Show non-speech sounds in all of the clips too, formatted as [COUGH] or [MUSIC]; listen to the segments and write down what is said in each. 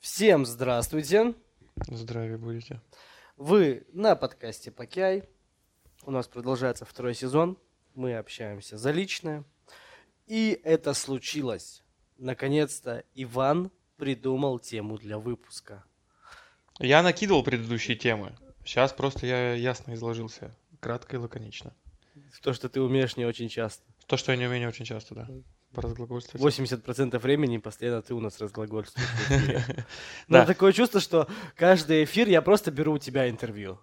Всем здравствуйте! Здравия будете. Вы на подкасте Покяй. У нас продолжается второй сезон. Мы общаемся за личное. И это случилось. Наконец-то Иван придумал тему для выпуска. Я накидывал предыдущие темы. Сейчас просто я ясно изложился. Кратко и лаконично. То, что ты умеешь не очень часто. То, что я не умею очень часто, да. Поразглагольствовать. 80% времени постоянно ты у нас [LAUGHS] разглагольствуешь. в эфире. Но Да. такое чувство, что каждый эфир я просто беру у тебя интервью.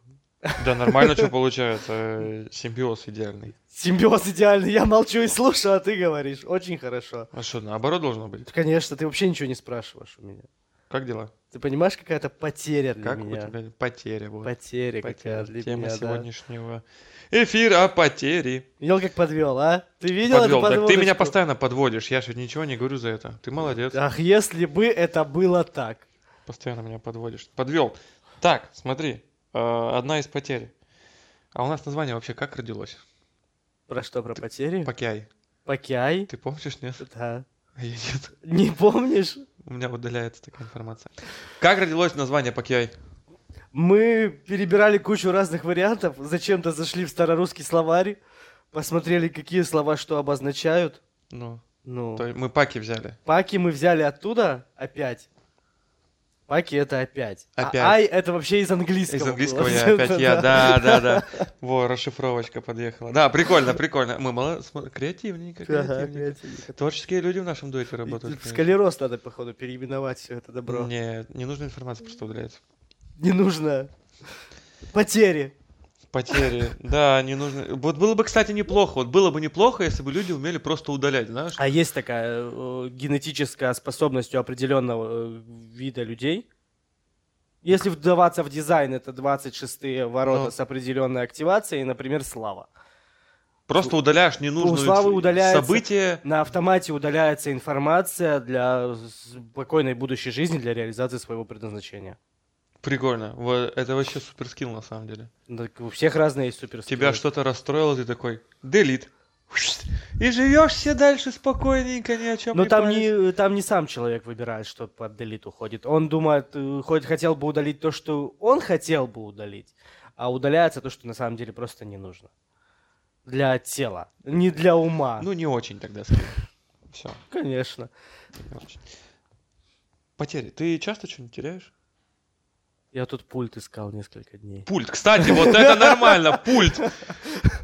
Да, нормально [LAUGHS] что получается. э, Симбиоз идеальный. Симбиоз идеальный. Я молчу и слушаю, а ты говоришь. Очень хорошо. А что, наоборот должно быть? Конечно, ты вообще ничего не спрашиваешь у меня. Как дела? Ты понимаешь, какая это потеря для Как у меня? тебя потеря? Вот. Потеря какая Потеря. для Тема меня, да. сегодняшнего эфира о потере. Видел, как подвел, а? Ты видел Подвел. эту Так ты меня подводочку? постоянно подводишь. Я же ничего не говорю за это. Ты молодец. Ах, если бы это было так. Постоянно меня подводишь. Подвел. Так, смотри. э, Одна из потерь. А у нас название вообще как родилось? Про что, про потери? Покяй. Покяй? Ты помнишь, нет? [LAUGHS] Да. А я нет. Не помнишь? У меня удаляется такая информация. Как родилось название Покьяй? Мы перебирали кучу разных вариантов, зачем-то зашли в старорусский словарь, посмотрели, какие слова что обозначают. Ну, Ну, то мы паки взяли. паки мы взяли оттуда опять. Паки это опять. А Опять. ай это вообще из английского. Из было. английского я опять я, [LAUGHS] Да. да, да, да. Во, расшифровочка подъехала. Да, прикольно, прикольно. Мы мало см- креативненько, Ага, креативненько. опять. Творческие люди в нашем И дуэте работают. В скалерос надо, походу, переименовать все это добро. Не, Нет, не нужна информация, просто удаляется. нужно. Потери. Потери, да, не нужно. Вот было бы, кстати, неплохо. Вот было бы неплохо, если бы люди умели просто удалять, знаешь? А есть такая э, генетическая способность у определенного э, вида людей. Если вдаваться в дизайн, это 26 ворота Ну. с определенной активацией, например, слава. Просто удаляешь ненужные Славы удаляется. события. На автомате удаляется информация для спокойной будущей жизни, для реализации своего предназначения. Прикольно. Вот Это вообще супер скилл, на самом деле. Ну, так у всех разные есть суперскиллы. Тебя что-то расстроило, ты такой, делит. И живешь все дальше спокойненько, ни о чем Но не Ну, там парясь. не, там не сам человек выбирает, что под делит уходит. Он думает, э, хоть хотел бы удалить то, что он хотел бы удалить, а удаляется то, что на самом деле просто не нужно. Для тела, не для ума. Ну, Ну, не очень тогда скажу. Все, конечно. не очень. Потери. Ты часто что-нибудь теряешь? Я тут пульт искал несколько дней. Пульт. Кстати, [LAUGHS] вот это нормально, пульт.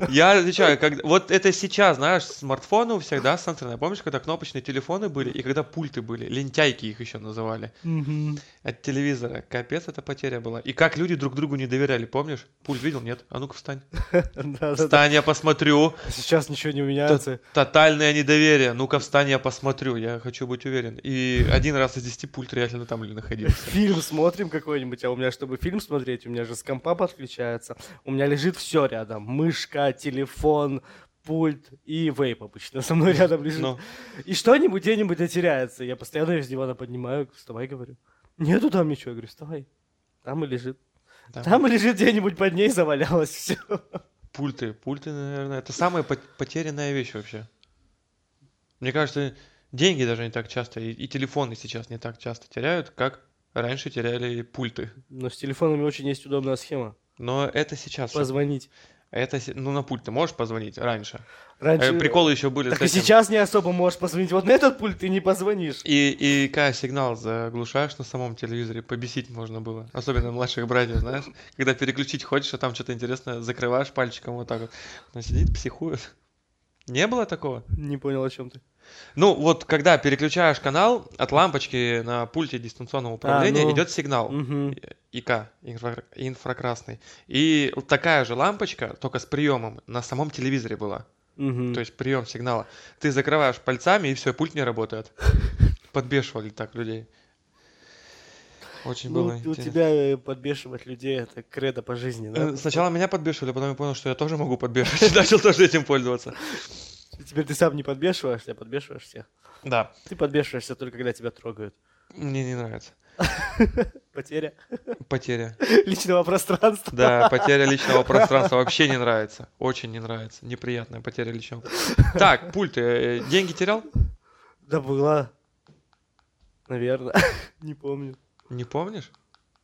Я отвечаю, когда... вот это сейчас, знаешь, смартфоны у всех, да, сенсорные. Помнишь, когда кнопочные телефоны были, и когда пульты были, лентяйки их еще называли, [LAUGHS] от телевизора. Капец, это потеря была. И как люди друг другу не доверяли, помнишь? Пульт видел? Нет? А ну-ка встань. Да-да-да. Встань, я посмотрю. Сейчас ничего не меняется. Тотальное недоверие. Ну-ка встань, я посмотрю. Я хочу быть уверен. И один раз из десяти пульт реально там блин, находился. Фильм смотрим какой-нибудь, а у меня, чтобы фильм смотреть, у меня же с компа подключается. У меня лежит все рядом. Мышка, телефон, пульт и вейп обычно со мной рядом лежит. Но И что-нибудь где-нибудь затеряется. Я постоянно из дивана поднимаю, вставай, говорю. Нету там ничего. Я говорю, вставай. Там и лежит. там Там и лежит где-нибудь под ней, завалялось все. пульты, пульты, наверное, это самая пот- потерянная вещь вообще. Мне кажется, деньги даже не так часто, и, и телефоны сейчас не так часто теряют, как раньше теряли пульты. Но с телефонами очень есть удобная схема. Но это сейчас. всё. Позвонить. Это, се- ну, на пульт ты можешь позвонить раньше. Э, Раньше... Приколы еще были Так с и этим. сейчас не особо можешь позвонить. Вот на этот пульт ты не позвонишь. И, и когда сигнал заглушаешь на самом телевизоре, побесить можно было. Особенно младших братьев, знаешь. Когда переключить хочешь, а там что-то интересное, закрываешь пальчиком вот так вот. Но сидит, психует. Не было такого? Не понял, о чем ты. Ну, вот когда переключаешь канал, от лампочки на пульте дистанционного управления ну. идет сигнал. Мгм. ИК, инфра- инфракрасный. И вот такая же лампочка, только с приемом, на самом телевизоре была. Мгм. То есть прием сигнала. Ты закрываешь пальцами, и все, пульт [LAUGHS] не работает. Подбешивали так людей. Очень Ну, было у интересно. тебя э, подбешивать людей, это кредо по жизни, да? Э, Сначала меня подбешивали, потом я понял, что я тоже могу подбешивать, [LAUGHS] и начал тоже этим пользоваться. Теперь ты сам не подбешиваешься, а подбешиваешь всех. Да, Ты подбешиваешься только, когда тебя трогают. мне не нравится. Потеря [LAUGHS] Потеря. личного пространства. Да, потеря личного пространства вообще не нравится. Очень не нравится. Неприятная потеря личного. Так, пульт, э, деньги терял? [LAUGHS] Да была. Наверное. Не помню. Не помнишь?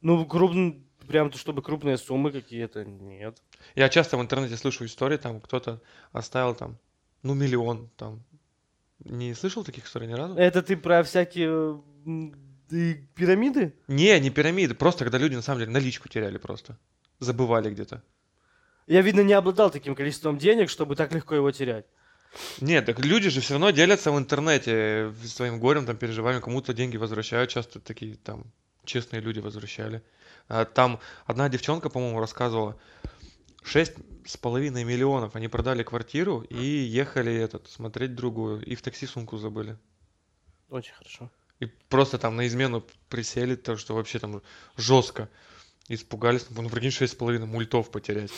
Ну, крупно, прям, то, чтобы крупные суммы какие-то, нет. Я часто в интернете слышу истории, там кто-то оставил там, ну, миллион там. Не слышал таких историй ни разу? Это ты про всякие м, э, пирамиды? Не, не пирамиды, просто когда люди на самом деле наличку теряли просто. Забывали где-то. Я, видно, не обладал таким количеством денег, чтобы так легко его терять. Нет, так люди же все равно делятся в интернете э, своим горем, там, переживанием, кому-то деньги возвращают, часто такие там честные люди возвращали. А Там одна девчонка, по-моему, рассказывала, шесть с половиной миллионов они продали квартиру и ехали этот, смотреть другую, и в такси сумку забыли. Очень хорошо. И просто там на измену присели, то что вообще там жестко испугались. Ну, прикинь, шесть с половиной мультов потерять.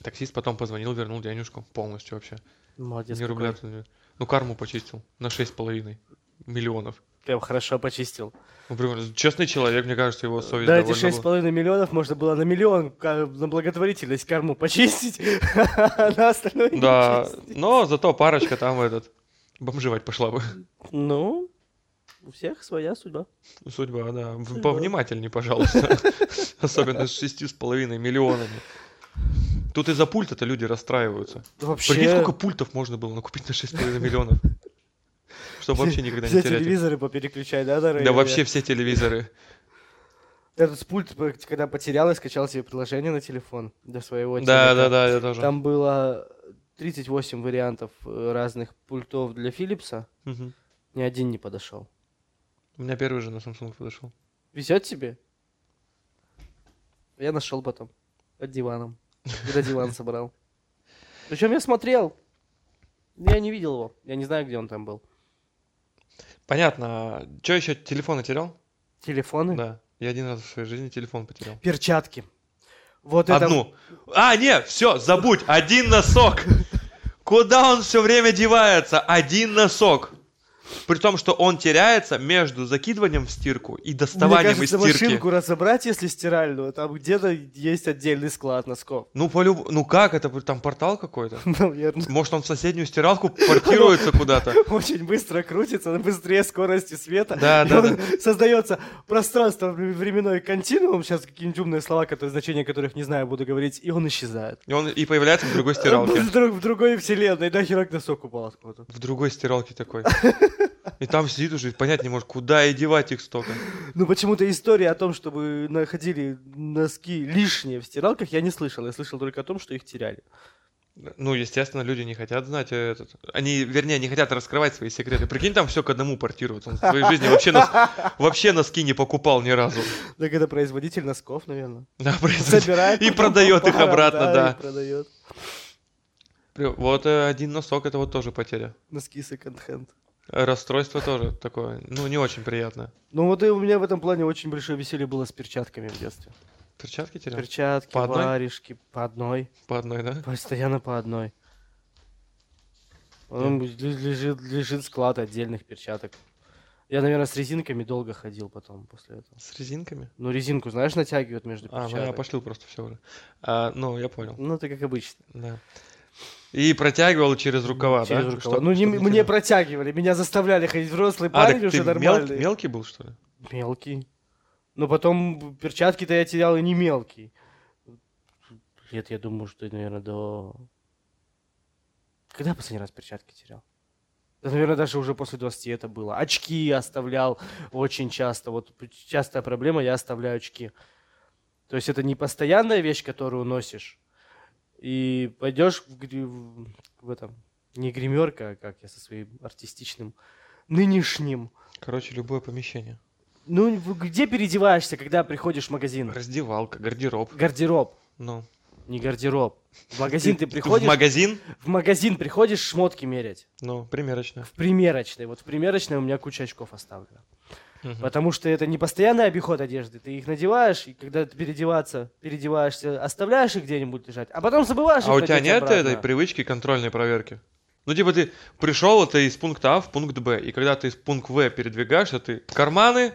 Таксист потом позвонил, вернул денежку полностью вообще. Молодец. Не какой. рубля. то не- Ну, карму почистил на 6,5 миллионов. Прям хорошо почистил. Ну, прикольно. Честный человек, мне кажется, его совесть да, эти довольно шесть с была. половиной миллионов можно было на миллион ка- на благотворительность карму почистить, [LAUGHS] а на остальное не Да, чистить. но зато парочка там этот бомжевать пошла бы. Ну, у всех своя судьба. Ну, Судьба, да. В- Судьба. Повнимательней, пожалуйста. [LAUGHS] Особенно с 6,5 миллионами. Тут из-за пульта-то люди расстраиваются. Вообще, Прикинь, сколько пультов можно было накупить на 6,5 миллионов. Чтобы вообще никогда не все терять. их. телевизоры попереключай, да, дорогие? Да вообще все телевизоры. Этот пульт, э, когда потерял, я скачал себе приложение на телефон для своего Да, телека. да, да, я тоже. Там было 38 вариантов э, разных пультов для Филипса. Мгм. Ни один не подошел. У меня первый же на Samsung подошел. Везет тебе? Я нашел потом. Под диваном. Когда [LAUGHS] диван собрал. Причем я смотрел. Я не видел его. Я не знаю, где он там был. Понятно. Че еще телефоны терял? Телефоны? Да. Я один раз в своей жизни телефон потерял. Перчатки. Вот это... Одну. А, нет, все, забудь. Один носок. Куда он все время девается? Один носок. При том, что он теряется между закидыванием в стирку и Мне доставанием кажется, из стирки. машинку разобрать, если стиральную, там где-то есть отдельный склад носков. [LAUGHS] Ну, Ну, по ну как это? Там портал какой-то? Наверное. Может, он в соседнюю стиралку портируется куда-то? Очень быстро крутится, на быстрее скорости света. Да, И да, он- [LAUGHS] Создается пространство временной континуум. Сейчас какие-нибудь умные слова, которые, значения которых не знаю, буду говорить, и он исчезает. И он и появляется в другой [LAUGHS] стиралке. В, друг- в другой вселенной, да, херак носок упал откуда-то. В другой [LAUGHS] стиралке такой. И там сидит уже, и понять не может, куда и девать их столько. Ну, почему-то история о том, чтобы находили носки лишние в стиралках, я не слышал. Я слышал только о том, что их теряли. Ну, естественно, люди не хотят знать э, этот. Они, вернее, не хотят раскрывать свои секреты. Прикинь, там все к одному портируется. Он в своей жизни вообще, нос- вообще носки не покупал ни разу. Так это производитель носков, наверное. Да, производитель. Собирает. И потом продает их паром, обратно, да. и продает. При- Вот э, один носок, это вот тоже потеря. Носки секонд-хенд. Э, Расстройство тоже такое, ну, не очень приятное. Ну вот и у меня в этом плане очень большое веселье было с перчатками в детстве. Перчатки терял? Перчатки, По одной? варежки, по одной. По одной, да? Постоянно по одной. Он ле- лежит, лежит склад отдельных перчаток. Я, наверное, с резинками долго ходил потом после этого. С резинками? Ну, резинку, знаешь, натягивают между А, ну, я перчаток. пошлю просто все уже. А, ну, я понял, ну, это как обычно. да. И протягивал через рукава, Через да? рукава. Чтоб- ну, не, чтоб мне терял. протягивали, меня заставляли ходить взрослый А, парень так уже ты мел- нормальный. мелкий был, что ли? Мелкий. Но потом перчатки-то я терял и не мелкий. Лет, я думаю, что, наверное, до... Когда я последний раз перчатки терял? Да, наверное, даже уже после 20 это было. Очки я оставлял очень часто. Вот п- частая проблема, я оставляю очки. То есть это не постоянная вещь, которую носишь. И пойдешь в, гри- в- в этом, не гримерка, а как я со своим артистичным нынешним Короче, любое помещение. ну, в- где переодеваешься, когда приходишь в магазин? Раздевалка, гардероб. Гардероб, Ну. не не гардероб. В магазин ты приходишь, В магазин? в магазин приходишь шмотки мерять. Ну, примерочно. В примерочной. Вот в примерочной у меня куча очков оставлена. Потому что это не постоянный обиход одежды. Ты их надеваешь, и когда ты переодеваться, переодеваешься, оставляешь их где-нибудь лежать, а потом забываешь их А у тебя надеть нет обратно. этой привычки контрольной проверки? Ну, типа ты пришел ты из пункта А в пункт Б, и когда ты из пункта В передвигаешься, ты карманы,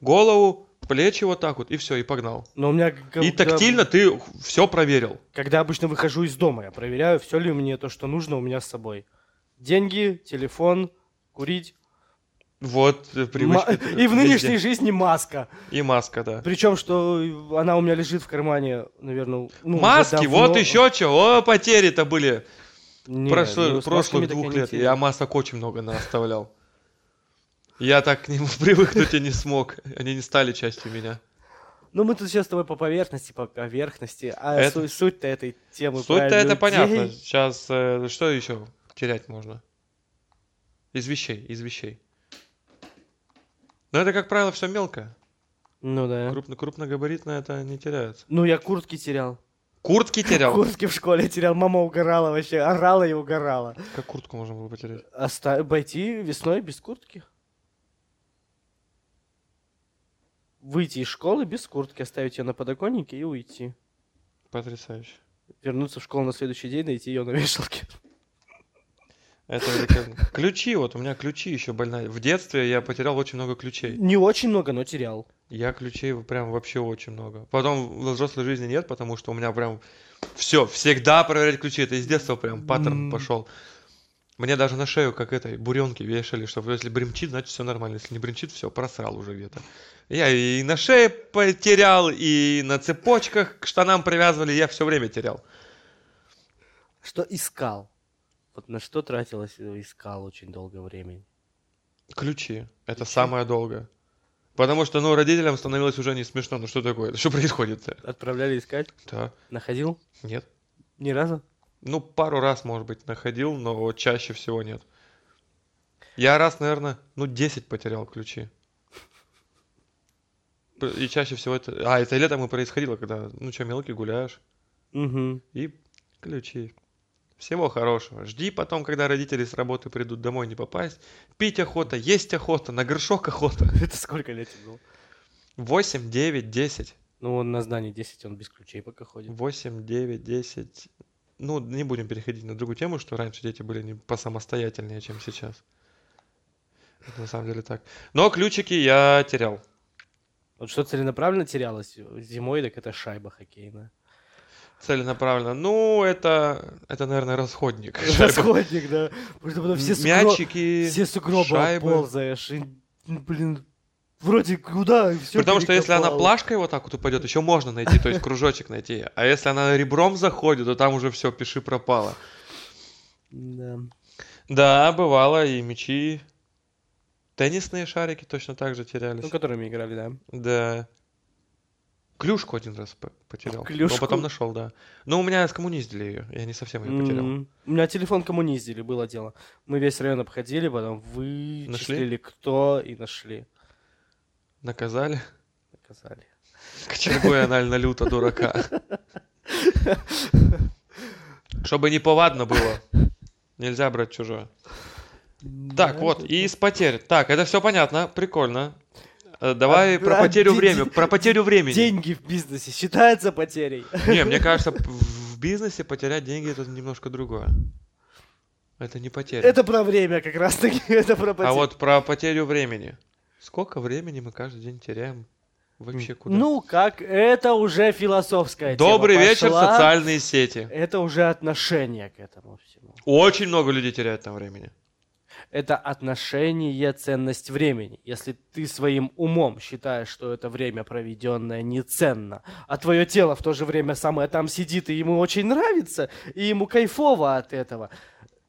голову, плечи вот так вот, и все, и погнал. Но у меня... г- И г- тактильно ты все проверил. Когда обычно выхожу из дома, я проверяю, все ли мне то, что нужно у меня с собой. Деньги, телефон, курить, Вот э, привычка. [LAUGHS] Ма- это И в нынешней везде. жизни маска. И маска, да. Причем, что она у меня лежит в кармане, наверное, ну, уже Маски, давно. вот еще чего. О, потери-то были. Не, Прошло- ну, с масками так я прошлых двух не лет. теряю. Я масок очень много наоставлял. Я так к нему [LAUGHS] привыкнуть и не смог. Они не стали частью меня. Ну, мы тут сейчас с тобой по поверхности, по поверхности, а Это- су- суть-то этой темы Суть-то про это людей. понятно. Сейчас э, что еще терять можно? Из вещей, из вещей. Но это, как правило, все мелко. Ну да. Крупно, крупногабаритно это не теряется. Ну, я куртки терял. Куртки терял. Куртки в школе терял, мама угорала вообще, орала и угорала. Как куртку можно было потерять? Оста- Пойти весной без куртки. Выйти из школы без куртки, оставить ее на подоконнике и уйти. Потрясающе. Вернуться в школу на следующий день, найти ее на вешалке. Это великолепно. Ключи, вот у меня ключи еще больная. В детстве я потерял очень много ключей. Не очень много, но терял. Я ключей в- прям вообще очень много. Потом во взрослой жизни нет, потому что у меня прям все, всегда проверять ключи. Это из детства прям паттерн М. пошел. Мне даже на шею, как этой, буренки вешали, что если бремчит, значит все нормально. Если не бремчит, все, просрал уже где-то. Я и на шее потерял, и на цепочках к штанам привязывали, я все время терял. Что искал? Вот на что тратилось, э, искал очень долго времени. Ключи. Это Ключи? самое долгое. Потому что, ну, родителям становилось уже не смешно. Ну, что такое? Что происходит-то? Отправляли искать? Да. Находил? Нет. Ни разу? Ну, пару раз, может быть, находил, но чаще всего нет. Я раз, наверное, ну, 10 потерял ключи. П- И чаще всего это... А, это летом и происходило, когда, ну, что, мелкий, гуляешь. Угу. И ключи. Всего хорошего. Жди потом, когда родители с работы придут домой, не попасть. Пить охота, есть охота, на горшок охота. [LAUGHS] Это сколько лет тебе было? 8, 9, 10. Ну, он на здании 10, он без ключей пока ходит. 8, 9, 10. Ну, не будем переходить на другую тему, что раньше дети были не посамостоятельнее, чем сейчас. Это на самом деле так. Но ключики я терял. Вот что целенаправленно терялось зимой, так это шайба хоккейная. Целенаправленно. Ну, это, это наверное, расходник. Расходник, да. Потому что потом все сугро- Мячики, все сугробы шайбы. ползаешь. И, ну, блин, вроде куда, и все Потому что если она плашкой вот так вот упадет, еще можно найти, то есть кружочек найти. А если она ребром заходит, то там уже все, пиши пропало. Да. Да, бывало, и мячи, теннисные шарики точно так же терялись. Ну, которыми играли, да. Да. Клюшку один раз по- потерял. Клюшку? Но потом нашел, да. Но у меня скоммуниздили ее. Я не совсем ее потерял. М, У меня телефон коммуниздили, было дело. Мы весь район обходили, потом вычислили, кто, и нашли. Наказали. Наказали. Кочергой анально люто дурака. Чтобы не повадно было. Нельзя брать чужое. Да, Так, вот, это- и из потерь. Так, это все понятно, прикольно. Э, Давай А, про а, потерю де- времени. де- Про потерю времени. Деньги в бизнесе считаются потерей. Не, мне кажется, п- в бизнесе потерять деньги это немножко другое. Это не потеря. Это про время как раз таки, [LAUGHS] это про потерю. А вот про потерю времени. Сколько времени мы каждый день теряем? Вообще куда? Ну как, это уже философская тема Добрый вечер, пошла. социальные сети. Это уже отношение к этому всему. Очень много людей теряет там времени. Это отношение, ценность времени. Если ты своим умом считаешь, что это время проведенное неценно, а твое тело в то же время самое там сидит, и ему очень нравится, и ему кайфово от этого.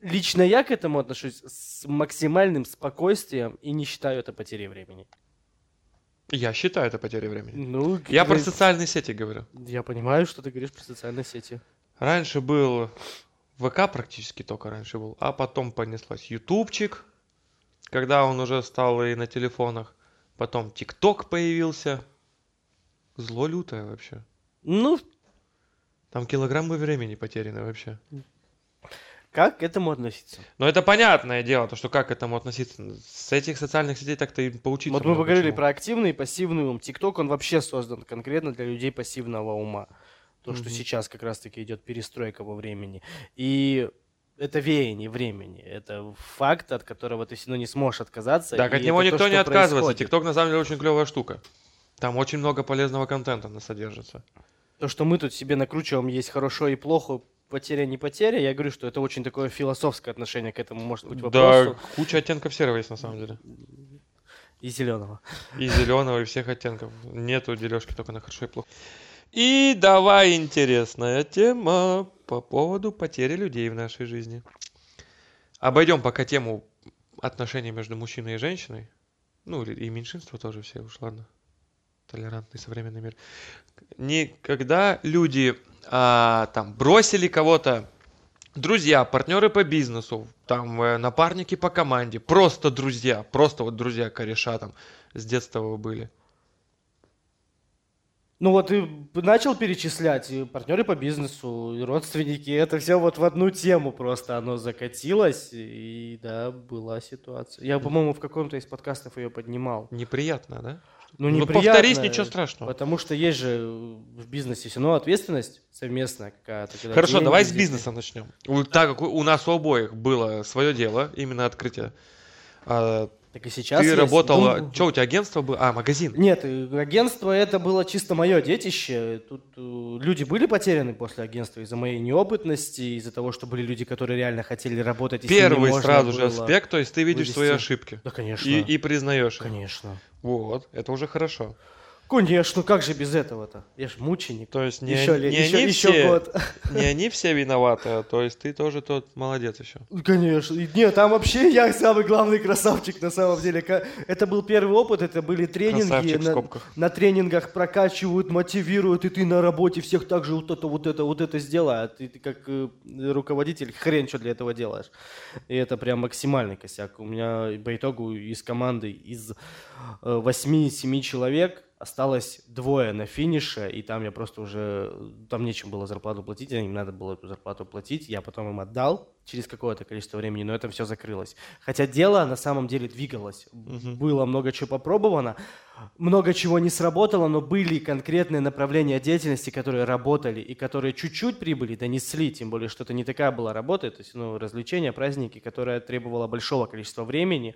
Лично я к этому отношусь с максимальным спокойствием и не считаю это потерей времени. Я считаю это потерей времени. Ну, Я как бы, про социальные сети говорю. я понимаю, что ты говоришь про социальные сети. Раньше был ВК практически только раньше был, а потом понеслось Ютубчик, когда он уже стал и на телефонах. Потом ТикТок появился. Зло лютое вообще. Ну, Там килограммы времени потеряны вообще. как к этому относиться? Но это понятное дело, то что как к этому относиться. С этих социальных сетей так-то и поучиться. Вот мы много поговорили чему. про активный и пассивный ум. ТикТок, он вообще создан конкретно для людей пассивного ума. То, что Мгм. сейчас как раз-таки идет перестройка во времени. И это веяние времени. Это факт, от которого ты ну, не сможешь отказаться. Так, и от него это то, никто не что отказывается. происходит. Тикток на самом деле очень клевая штука. Там очень много полезного контента она содержится. То, что мы тут себе накручиваем, есть хорошо и плохо, потеря не потеря. Я говорю, что это очень такое философское отношение к этому, может быть, Да, вопросу. куча оттенков серого есть на самом деле. И зеленого. И зеленого, и всех оттенков. Нету дележки только на хорошо и плохо. И давай интересная тема по поводу потери людей в нашей жизни. Обойдем пока тему отношений между мужчиной и женщиной. Ну, или- и меньшинство тоже все уж, ладно. Толерантный современный мир. Не когда люди а, там бросили кого-то, друзья, партнеры по бизнесу, там э, напарники по команде, просто друзья, просто вот друзья кореша там с детства вы были. Ну вот и начал перечислять и партнеры по бизнесу, и родственники. Это все вот в одну тему просто оно закатилось. И да, была ситуация. Я, по-моему, в каком-то из подкастов ее поднимал. Неприятно, да? Ну, Ну, неприятно, повторись, ничего страшного. Потому что есть же в бизнесе все равно ответственность совместная какая-то. когда Хорошо, э, деньги давай с здесь. бизнеса начнем. У- Так как у- у нас у обоих было свое дело, именно открытие. А, Так и Ты сейчас есть. работала... Ну, Что у тебя агентство было? А, магазин. Нет, э, агентство это было чисто мое детище. Тут э, люди были потеряны после агентства из-за моей неопытности, из-за того, что были люди, которые реально хотели работать. и с ними Первый можно сразу же было. аспект, то есть ты видишь свои вывести. ошибки. Да, конечно. И, и признаешь. их. Конечно. Вот, это уже хорошо. Конечно, как же без этого-то? Я ж мученик. То есть не, еще они- лет, не еще, они еще все, год. не они все виноваты, а то есть ты тоже тот молодец еще. Ну, Конечно. И Нет, там вообще я самый главный красавчик на самом деле. Ка- Это был первый опыт, это были тренинги. Красавчик в На, скобках. на тренингах прокачивают, мотивируют, и ты на работе всех так же вот это, вот это, вот это сделай. А ты, ты как э, руководитель хрен что для этого делаешь. И это прям максимальный косяк. У меня по итогу из команды из 8-7 человек осталось двое на финише, и там я просто уже, там нечем было зарплату платить, а им надо было эту зарплату платить, я потом им отдал через какое-то количество времени, но это все закрылось. Хотя дело на самом деле двигалось, Мгм. было много чего попробовано, много чего не сработало, но были конкретные направления деятельности, которые работали и которые чуть-чуть прибыли, донесли, тем более, что это не такая была работа, то есть ну, развлечения, праздники, которая требовала большого количества времени,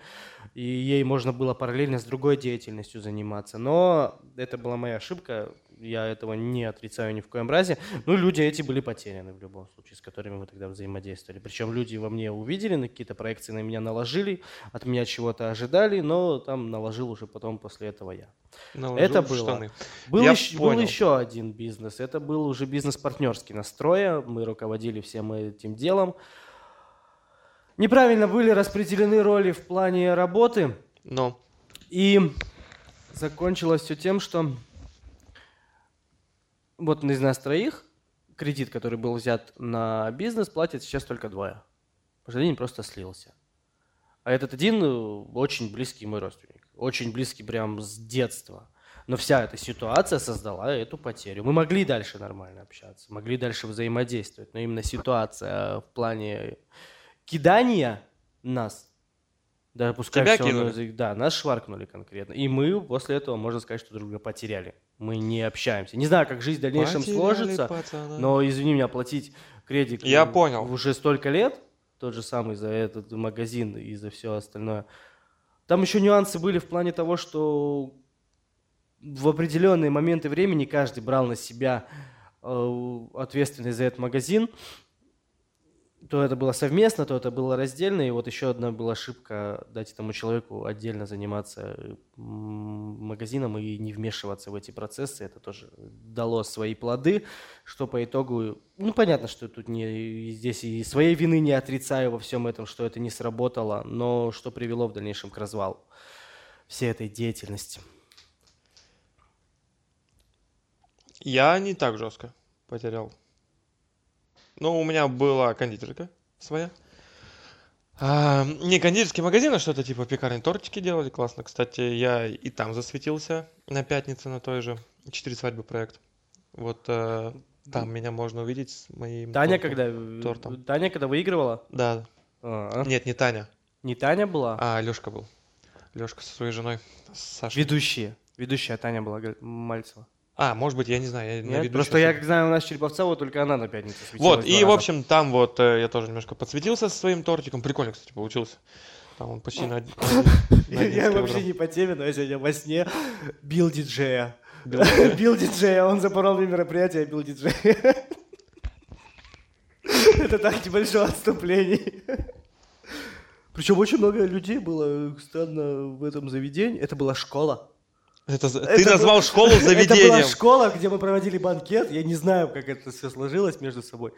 и ей можно было параллельно с другой деятельностью заниматься. Но это была моя ошибка, я этого не отрицаю ни в коем разе. Ну, люди эти были потеряны в любом случае, с которыми мы тогда взаимодействовали. Причем люди во мне увидели, на какие-то проекции на меня наложили, от меня чего-то ожидали, но там наложил уже потом после этого я. Наложил Это в было. штаны. Был, Я еще, понял. еще один бизнес. Это был уже бизнес партнерский настроя. Мы руководили всем этим делом. Неправильно были распределены роли в плане работы. Но И закончилось все тем, что вот из нас троих кредит, который был взят на бизнес, платит сейчас только двое. Потому что один просто слился. А этот один э, очень близкий мой родственник. Очень близкий прям с детства. Но вся эта ситуация создала эту потерю. Мы могли дальше нормально общаться, могли дальше взаимодействовать, но именно ситуация в плане кидания нас, да, пускай Тебя всё оно кинули? за- да, нас шваркнули конкретно. И мы после этого, можно сказать, что друг друга потеряли. Мы не общаемся. Не знаю, как жизнь в дальнейшем Потеряли сложится, пацана. но, извини меня, платить кредит Я э, понял. уже столько лет, тот же самый за этот магазин и за все остальное. Там еще нюансы были в плане того, что в определенные моменты времени каждый брал на себя э, ответственность за этот магазин. То это было совместно, то это было раздельно. И вот еще одна была ошибка дать этому человеку отдельно заниматься э, м, магазином и не вмешиваться в эти процессы. Это тоже дало свои плоды, что по итогу... Ну, понятно, что тут не, и здесь и своей вины не отрицаю во всем этом, что это не сработало, но что привело в дальнейшем к развалу всей этой деятельности. Я не так жестко потерял. Но у меня была кондитерка своя. А, не кондитерский магазин, а что-то типа пекарни тортики делали. Классно. Кстати, я и там засветился на пятнице на той же. Четыре свадьбы проект. Вот э, там меня можно увидеть с моим... Таня, тортом. когда, э, тортом. Таня, когда выигрывала? Да. А, Нет, не Таня. Не Таня была? А, Лёшка был. Лёшка со своей женой. с Сашей. Ведущие. Ведущая Таня была Галь- Мальцева. А, может быть, я не знаю. Я на Нет? ведущую Просто я смотрю. как знаю, у нас Череповцова только она на пятницу светилась Вот, два и, раза. в общем, там вот э, я тоже немножко подсветился со своим тортиком. Прикольно, кстати, получился. Там он почти [LAUGHS] на, один- на один Я килограмм. вообще не по теме, но я сегодня во сне бил диджея. Бил [LAUGHS] Бил диджея, он запорол мне мероприятие, я бил диджея. [LAUGHS] Это так, небольшое отступление. Причем очень много людей было странно в этом заведении. Это была школа. Это за- Это ты был- назвал школу [LAUGHS] Это была заведением. школа, где мы проводили банкет. Я не знаю, как это все сложилось между собой.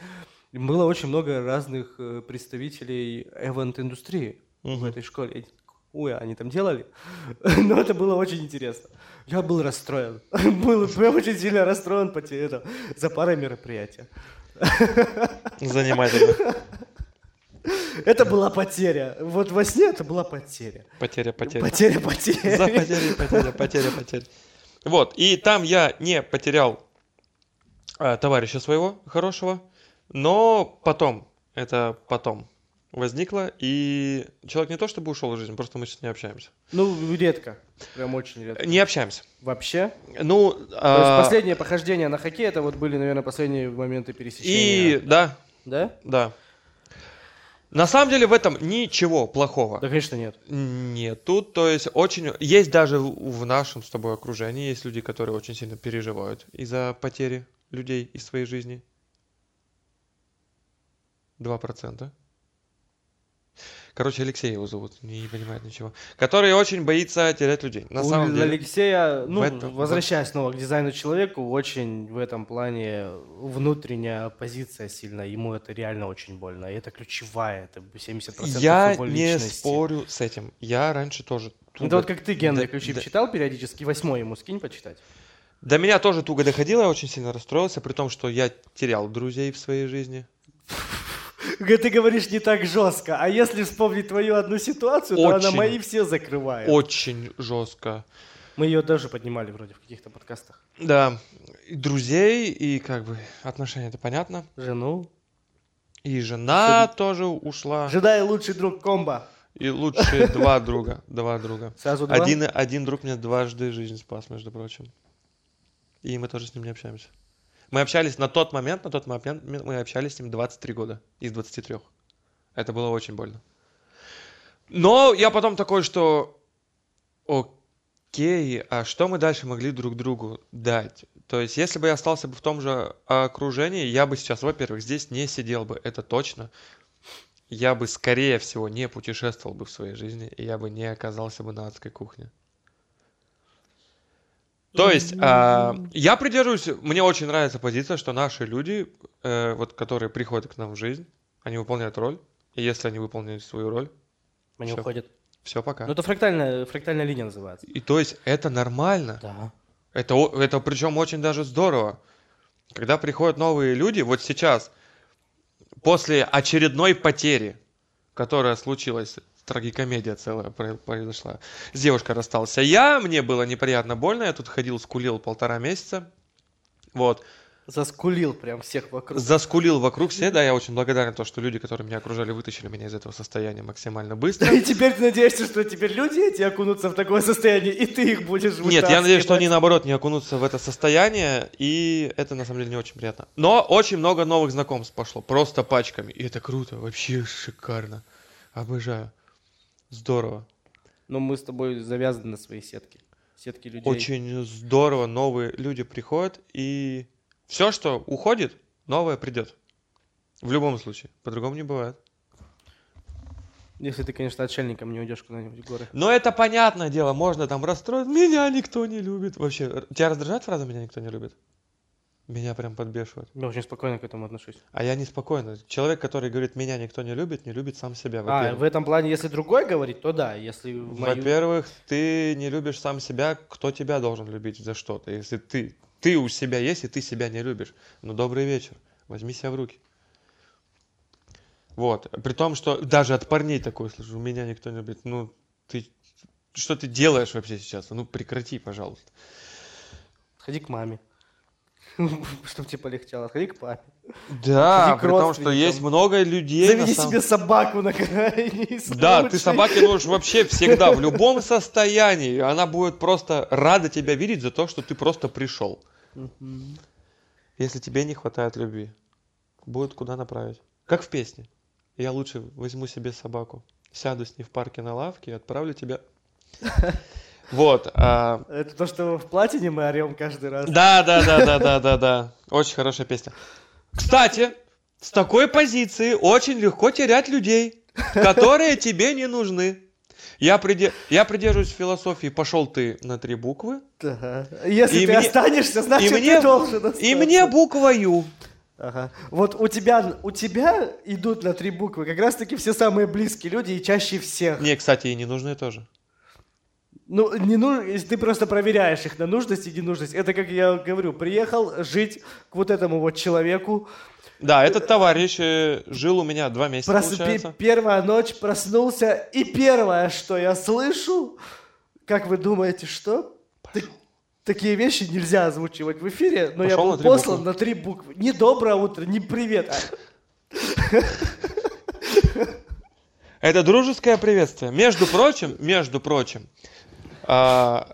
И Было очень много разных э, представителей эвент-индустрии в Мгм. этой школе. Я не- Уя, они там делали. [LAUGHS] Но это было очень интересно. Я был расстроен. [LAUGHS] был прям очень сильно расстроен по те- это, за парой мероприятия. Занимательно. Это была потеря. Вот во сне это была потеря. Потеря, потеря. Потеря, потеря. За потеря, потеря, потеря, потеря. Вот, и там я не потерял а, товарища своего хорошего, но потом, это потом возникло, и человек не то чтобы ушел из жизни, просто мы сейчас не общаемся. Ну, редко. Прям очень редко. Не общаемся. Вообще. Ну, То есть а, последние похождения на хоккей, это вот были, наверное, последние моменты пересечения. и да, Да? да. На самом деле в этом ничего плохого. Да, конечно, нет. Нету, то есть очень... Есть даже в в нашем с тобой окружении есть люди, которые очень сильно переживают из-за потери людей из своей жизни. 2%. Короче, Алексей его зовут, не понимает ничего. Который очень боится терять людей. На У самом деле... Алексея, ну, в этом- возвращаясь снова к дизайну человеку, очень в этом плане внутренняя позиция сильная. Ему это реально очень больно. И это ключевая, это 70% Я его не личности. Ну, спорю с этим. Я раньше тоже... Это туго- вот как ты, Генри Да- Ключив, да- читал периодически, восьмой ему скинь почитать. До меня тоже туго доходило, я очень сильно расстроился, при том, что я терял друзей в своей жизни. Ты говоришь не так жестко, а если вспомнить твою одну ситуацию, то она Очень. мои все закрывает. Очень жестко. Мы ее даже поднимали вроде в каких-то подкастах. Да, и друзей, и как бы отношения, это понятно. Жену. И жена тоже ушла. Жена и лучший друг комбо. И лучшие два друга. Два друга. Сразу два? Один, один друг мне дважды жизнь спас, между прочим. И мы тоже с ним не общаемся. Мы общались на тот момент, на тот момент мы общались с ним 23 года из 23. Это было очень больно. Но я потом такой, что окей, а что мы дальше могли друг другу дать? То есть, если бы я остался бы в том же окружении, я бы сейчас, во-первых, здесь не сидел бы, это точно. Я бы, скорее всего, не путешествовал бы в своей жизни, и я бы не оказался бы на адской кухне. То есть, а, я придерживаюсь, мне очень нравится позиция, что наши люди, э, вот, которые приходят к нам в жизнь, они выполняют роль, и если они выполняют свою роль, Они Всё. уходят. все, пока. Ну это фрактальная, фрактальная линия называется. И то есть это нормально. Да. Это, о- это причем очень даже здорово. Когда приходят новые люди, вот сейчас, после очередной потери, которая случилась, трагикомедия целая про- произошла, с девушкой расстался я, мне было неприятно больно, я тут ходил, скулил полтора месяца, вот, Заскулил прям всех вокруг. заскулил вокруг себя, да, я очень благодарен то, что люди, которые меня окружали, вытащили меня из этого состояния максимально быстро. И теперь ты надеешься, что теперь люди эти окунутся в такое состояние, и ты их будешь Нет, я надеюсь, что вытаскивать. они наоборот не окунутся в это состояние, и это на самом деле не очень приятно. Но очень много новых знакомств пошло, просто пачками. И это круто, вообще шикарно. Обожаю. Здорово. Но мы с тобой завязаны на свои сетки. Сетки людей. Очень здорово, новые люди приходят, и все, что уходит, новое придет. В любом случае, по-другому не бывает. Если ты, конечно, отшельником не уйдешь куда-нибудь в горы. Но это понятное дело, можно там расстроить. Меня никто не любит. Вообще, р- тебя раздражает фраза «меня никто не любит»? Меня прям подбешивает. Я очень спокойно к этому отношусь. А я неспокойно. Человек, который говорит, меня никто не любит, не любит сам себя. А, Во-первых, в этом плане, если другой говорить, то да. Если в мою- Во-первых, ты не любишь сам себя, кто тебя должен любить за что-то? Если ты, ты у себя есть, и ты себя не любишь. Ну, добрый вечер, возьми себя в руки. Вот, при том, что даже от парней такое слышу, меня никто не любит. Ну, ты, что ты делаешь вообще сейчас? Ну, прекрати, пожалуйста. Сходи к маме. [LAUGHS] Чтобы тебе полегчало. Сходи к папе. Да, Иди к при том, что есть родственникам. много людей. на Заведи самом- себе собаку на крайний Да, ты случай. собаке нужен вообще всегда, в любом состоянии. Она будет просто рада тебя видеть за то, что ты просто пришел. Мгм. Если тебе не хватает любви, будет куда направить. Как в песне. Я лучше возьму себе собаку, сяду с ней в парке на лавке и отправлю тебя... Вот. а, Это то, что в платине мы орем каждый раз. Да, да, да, да, да, да, да. Очень хорошая песня. Кстати, с такой позиции очень легко терять людей. которые тебе не нужны. Я, приде- я придерживаюсь философии «пошел ты на три буквы», Ага. Если И ты мне- останешься, значит, мне- ты должен остаться. и мне буква «ю». Ага. Вот у тебя, у тебя идут на три буквы как раз-таки все самые близкие люди и чаще всех. Мне, кстати, и не нужны тоже. Ну, не ну, если ты просто проверяешь их на нужность и ненужность. Это, как я говорю, приехал жить к вот этому вот человеку. Да, этот товарищ э, жил у меня два месяца, Прос- пе- получается. Первая ночь проснулся, и первое, что я слышу, как вы думаете, что? Так- такие вещи нельзя озвучивать в эфире, но я Пошел был на три послан буквы. на три буквы. Не доброе утро, не привет. а Это дружеское приветствие. Между прочим, между прочим, а,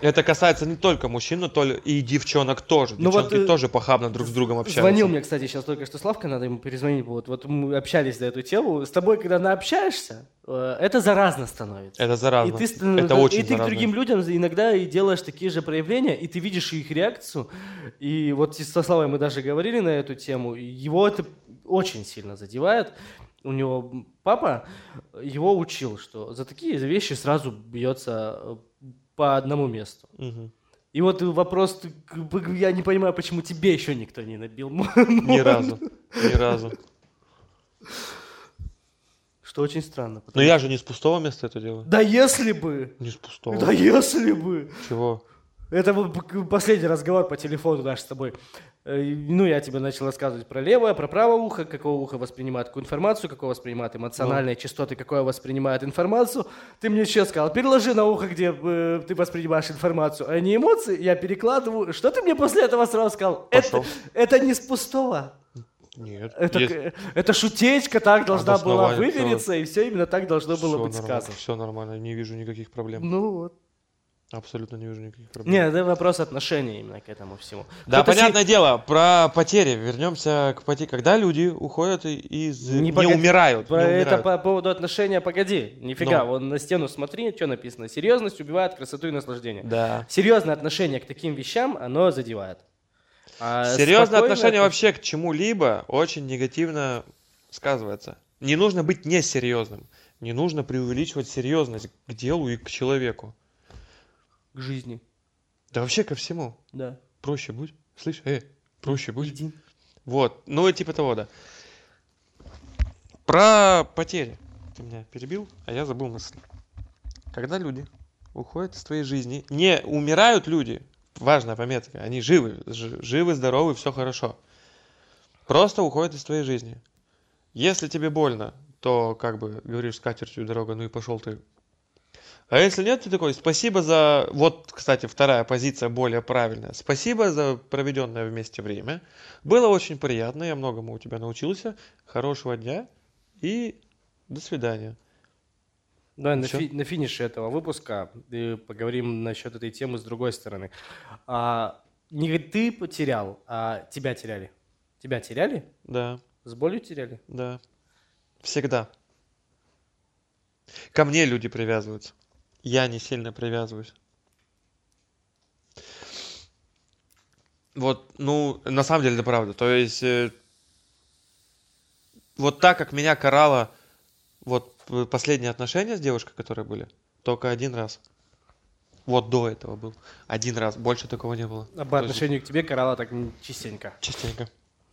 это касается не только мужчин, но толь- и девчонок тоже. Ну вот, Девчонки э, тоже похабно друг с другом общаются. Звонил мне, кстати, сейчас только что Славка, надо ему перезвонить. будет. Вот мы общались на эту тему. С тобой, когда наобщаешься, э, это заразно становится. Это заразно. И ты, ст- это да, очень и ты к заразно. другим людям иногда и делаешь такие же проявления, и ты видишь их реакцию. И вот и со Славой мы даже говорили на эту тему. и Его это очень сильно задевает. У него м, папа его учил, что за такие вещи сразу бьется э, по одному месту. Мгм. И вот вопрос, ты, как бы, я не понимаю, почему тебе еще никто не набил Ни разу. Ни разу. Что очень странно. потому- Но Ну, я же не с пустого места это делаю. Да если бы! Не с пустого. Да если бы! Чего? Это был б- последний разговор по телефону наш с тобой. Э, Ну, я тебе начал рассказывать про левое, про правое ухо, какое ухо воспринимает какую информацию, какое воспринимает эмоциональные частоты, какое воспринимает информацию. Ты мне сейчас сказал, переложи на ухо, где э, ты воспринимаешь информацию, а не эмоции. Я перекладываю. Что ты мне после этого сразу сказал? Это, Пошел. это не с пустого. Нет. Это, Есть- к- это шутечка так должна была Обоснование, вывериться, и все именно так должно было всё быть нормально, сказано. Все нормально, не вижу никаких проблем. Ну вот. Абсолютно не вижу никаких проблем. Не, это вопрос отношений именно к этому всему. Да, Кто-то си- понятное дело, про потери. Вернемся к потере. Когда люди уходят и- из... Не, погоди- умирают. Про не это умирают. по поводу отношения, погоди, нифига, Ну. вон на стену смотри, что написано. Серьезность убивает красоту и наслаждение. Да. Серьезное отношение к таким вещам, оно задевает. А Серьезное спокойное отношение отно- вообще к чему-либо очень негативно сказывается. Не нужно быть несерьезным. Не нужно преувеличивать серьезность к делу и к человеку. К жизни, Да вообще ко всему. да. Проще будь. Слышь, э, проще будь. Иди. Вот, ну и типа того, да. Про потери. Ты меня перебил, а я забыл мысль. Когда люди уходят из твоей жизни, не умирают люди, важная пометка, они живы, ж- живы, здоровы, все хорошо. Просто уходят из твоей жизни. Если тебе больно, то как бы говоришь с катертью дорога, ну и пошел ты. А если нет, ты такой, спасибо за... Вот, кстати, вторая позиция более правильная. Спасибо за проведенное вместе время. Было очень приятно, я многому у тебя научился. Хорошего дня и до свидания. Давай на, Чё? фи- на финише этого выпуска э, поговорим насчет этой темы с другой стороны. А, не ты потерял, а тебя теряли. Тебя теряли? Да, С болью теряли? да. Всегда. Ко мне люди привязываются. Я не сильно привязываюсь. Вот, ну, на самом деле, это правда. То есть, э, вот так, как меня карало вот п- последние отношения с девушкой, которые были, только один раз. Вот до этого был. Один раз. Больше такого не было. А То По есть, отношению к тебе карала так м, частенько. Частенько.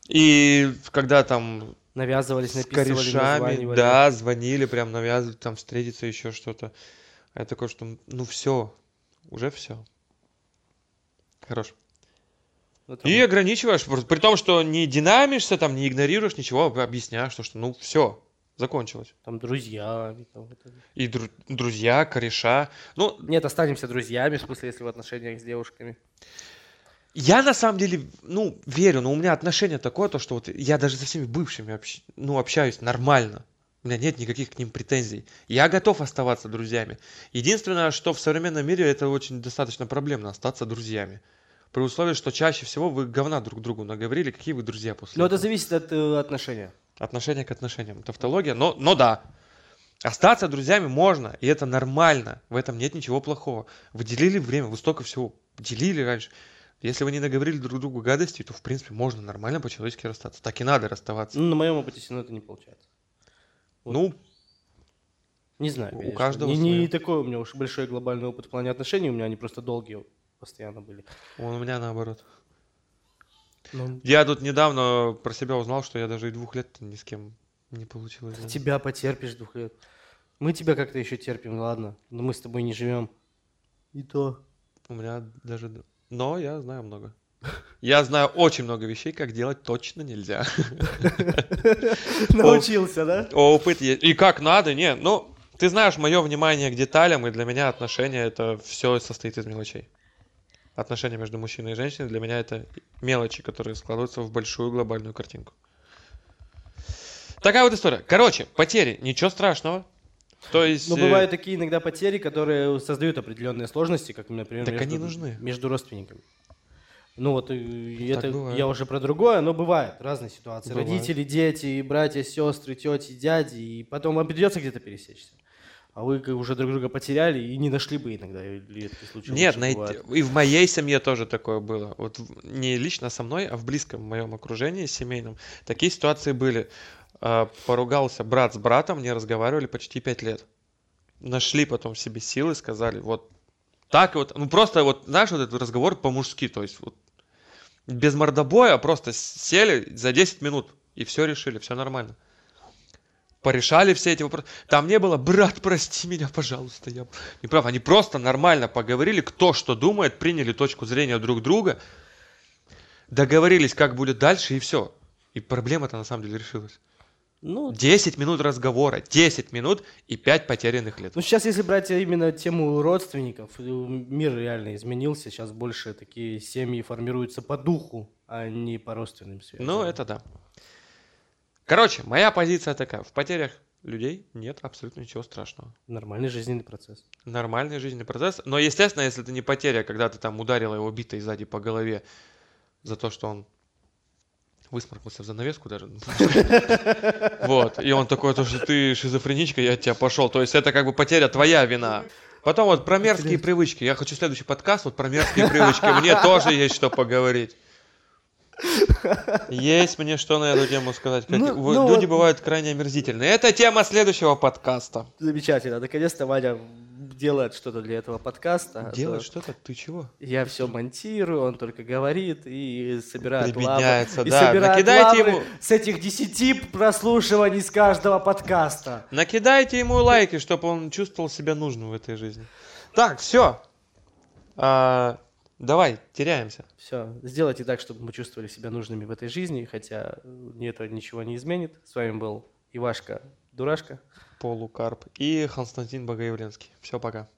И когда там Навязывались, с написывали, корешами, названивали. да, звонили, прям навязывали, там встретиться, еще что-то. А я такой, что ну все, уже все. Хорош. Вот И он. ограничиваешь, просто при том, что не динамишься, там не игнорируешь ничего, а объясняешь, что, что ну все, закончилось. Там друзья. там это- И дру- друзья, кореша. Ну, Нет, останемся друзьями, в смысле, если в отношениях с девушками. Я на самом деле, ну, верю, но у меня отношение такое, то, что вот я даже со всеми бывшими общ- ну, общаюсь нормально. У меня нет никаких к ним претензий. Я готов оставаться друзьями. Единственное, что в современном мире это очень достаточно проблемно остаться друзьями. При условии, что чаще всего вы говна друг другу наговорили, какие вы друзья после Но это этого. зависит от э, отношения. Отношение к отношениям. Тавтология, но, но да. Остаться друзьями можно, и это нормально. В этом нет ничего плохого. Вы делили время, вы столько всего делили раньше. Если вы не наговорили друг другу гадостей, то, в принципе, можно нормально по-человечески расстаться. Так и надо расставаться. Ну, на моем опыте все равно это не получается. Вот. Ну, Не знаю, У конечно. каждого не, не своё. такой у меня уж большой глобальный опыт в плане отношений, у меня они просто долгие постоянно были. Он у меня наоборот. Ну, Я тут недавно про себя узнал, что я даже и двух лет ни с кем не получилось. да. тебя потерпишь двух лет. Мы тебя как-то еще терпим, ладно, но мы с тобой не живем. И то. У меня даже... д- Но я знаю много. Я знаю очень много вещей, как делать точно нельзя. Научился, да? Опыт есть. И как надо, не, ну, ты знаешь, мое внимание к деталям, и для меня отношения это все состоит из мелочей. Отношения между мужчиной и женщиной для меня это мелочи, которые складываются в большую глобальную картинку. Такая вот история. Короче, потери, ничего страшного. То есть... Но э, Ну, бывают такие иногда потери, которые создают определенные сложности, как, например, Так они между, нужны. между родственниками. Ну вот, и Так это бывает. я уже про другое, но бывают разные ситуации. Бывает. Родители, дети, братья, сестры, тети, дяди, и потом вам придется где-то пересечься. А вы как уже друг друга потеряли и не нашли бы иногда, или это случай Нет, лучше найти- бывает. и в моей семье тоже такое было. Вот в- не лично со мной, а в близком моем окружении семейном такие ситуации были. А, Поругался брат с братом, не разговаривали почти пять лет. Нашли потом в себе силы, сказали, вот так вот, ну просто вот, знаешь, вот этот разговор по-мужски, то есть вот без мордобоя, а просто с- сели за 10 минут и все решили, все нормально. Порешали все эти вопросы. Там не было, брат, прости меня, пожалуйста, я не прав. Они просто нормально поговорили, кто что думает, приняли точку зрения друг друга, договорились, как будет дальше, и все. И проблема-то на самом деле решилась. Ну, 10 минут разговора, 10 минут и 5 потерянных лет. Ну, сейчас, если брать именно тему родственников, э, мир реально изменился. Сейчас больше такие семьи формируются по духу, а не по родственным связям. Ну, это да. Короче, моя позиция такая. В потерях людей нет абсолютно ничего страшного. Нормальный жизненный процесс. Нормальный жизненный процесс. Но, естественно, если это не потеря, когда ты там ударила его битой сзади по голове за то, что он высморкался в занавеску даже. [LAUGHS] Вот. И он такой, то, что ты шизофреничка, я от тебя пошел. То есть это как бы потеря твоя вина. Потом вот про мерзкие привычки. Я хочу следующий подкаст вот про мерзкие привычки. Мне тоже есть что поговорить. Есть мне что на эту тему сказать. Как- Ну, вот ну люди вот. бывают крайне омерзительные. Это тема следующего подкаста. Замечательно. Наконец-то Ваня делает что-то для этого подкаста. а то Делать что-то? Ты чего? Я все монтирую, он только говорит и собирает лавры. Прибедняется, И да. собирает Накидайте лавры ему- с этих 10 прослушиваний с каждого подкаста. Накидайте ему лайки, чтобы он чувствовал себя нужным в этой жизни. Так, все. давай, теряемся. Все, сделайте так, чтобы мы чувствовали себя нужными в этой жизни, хотя э, это ничего не изменит. С вами был Ивашка Дурашка. Полукарп и Константин Богоявленский. Все, пока.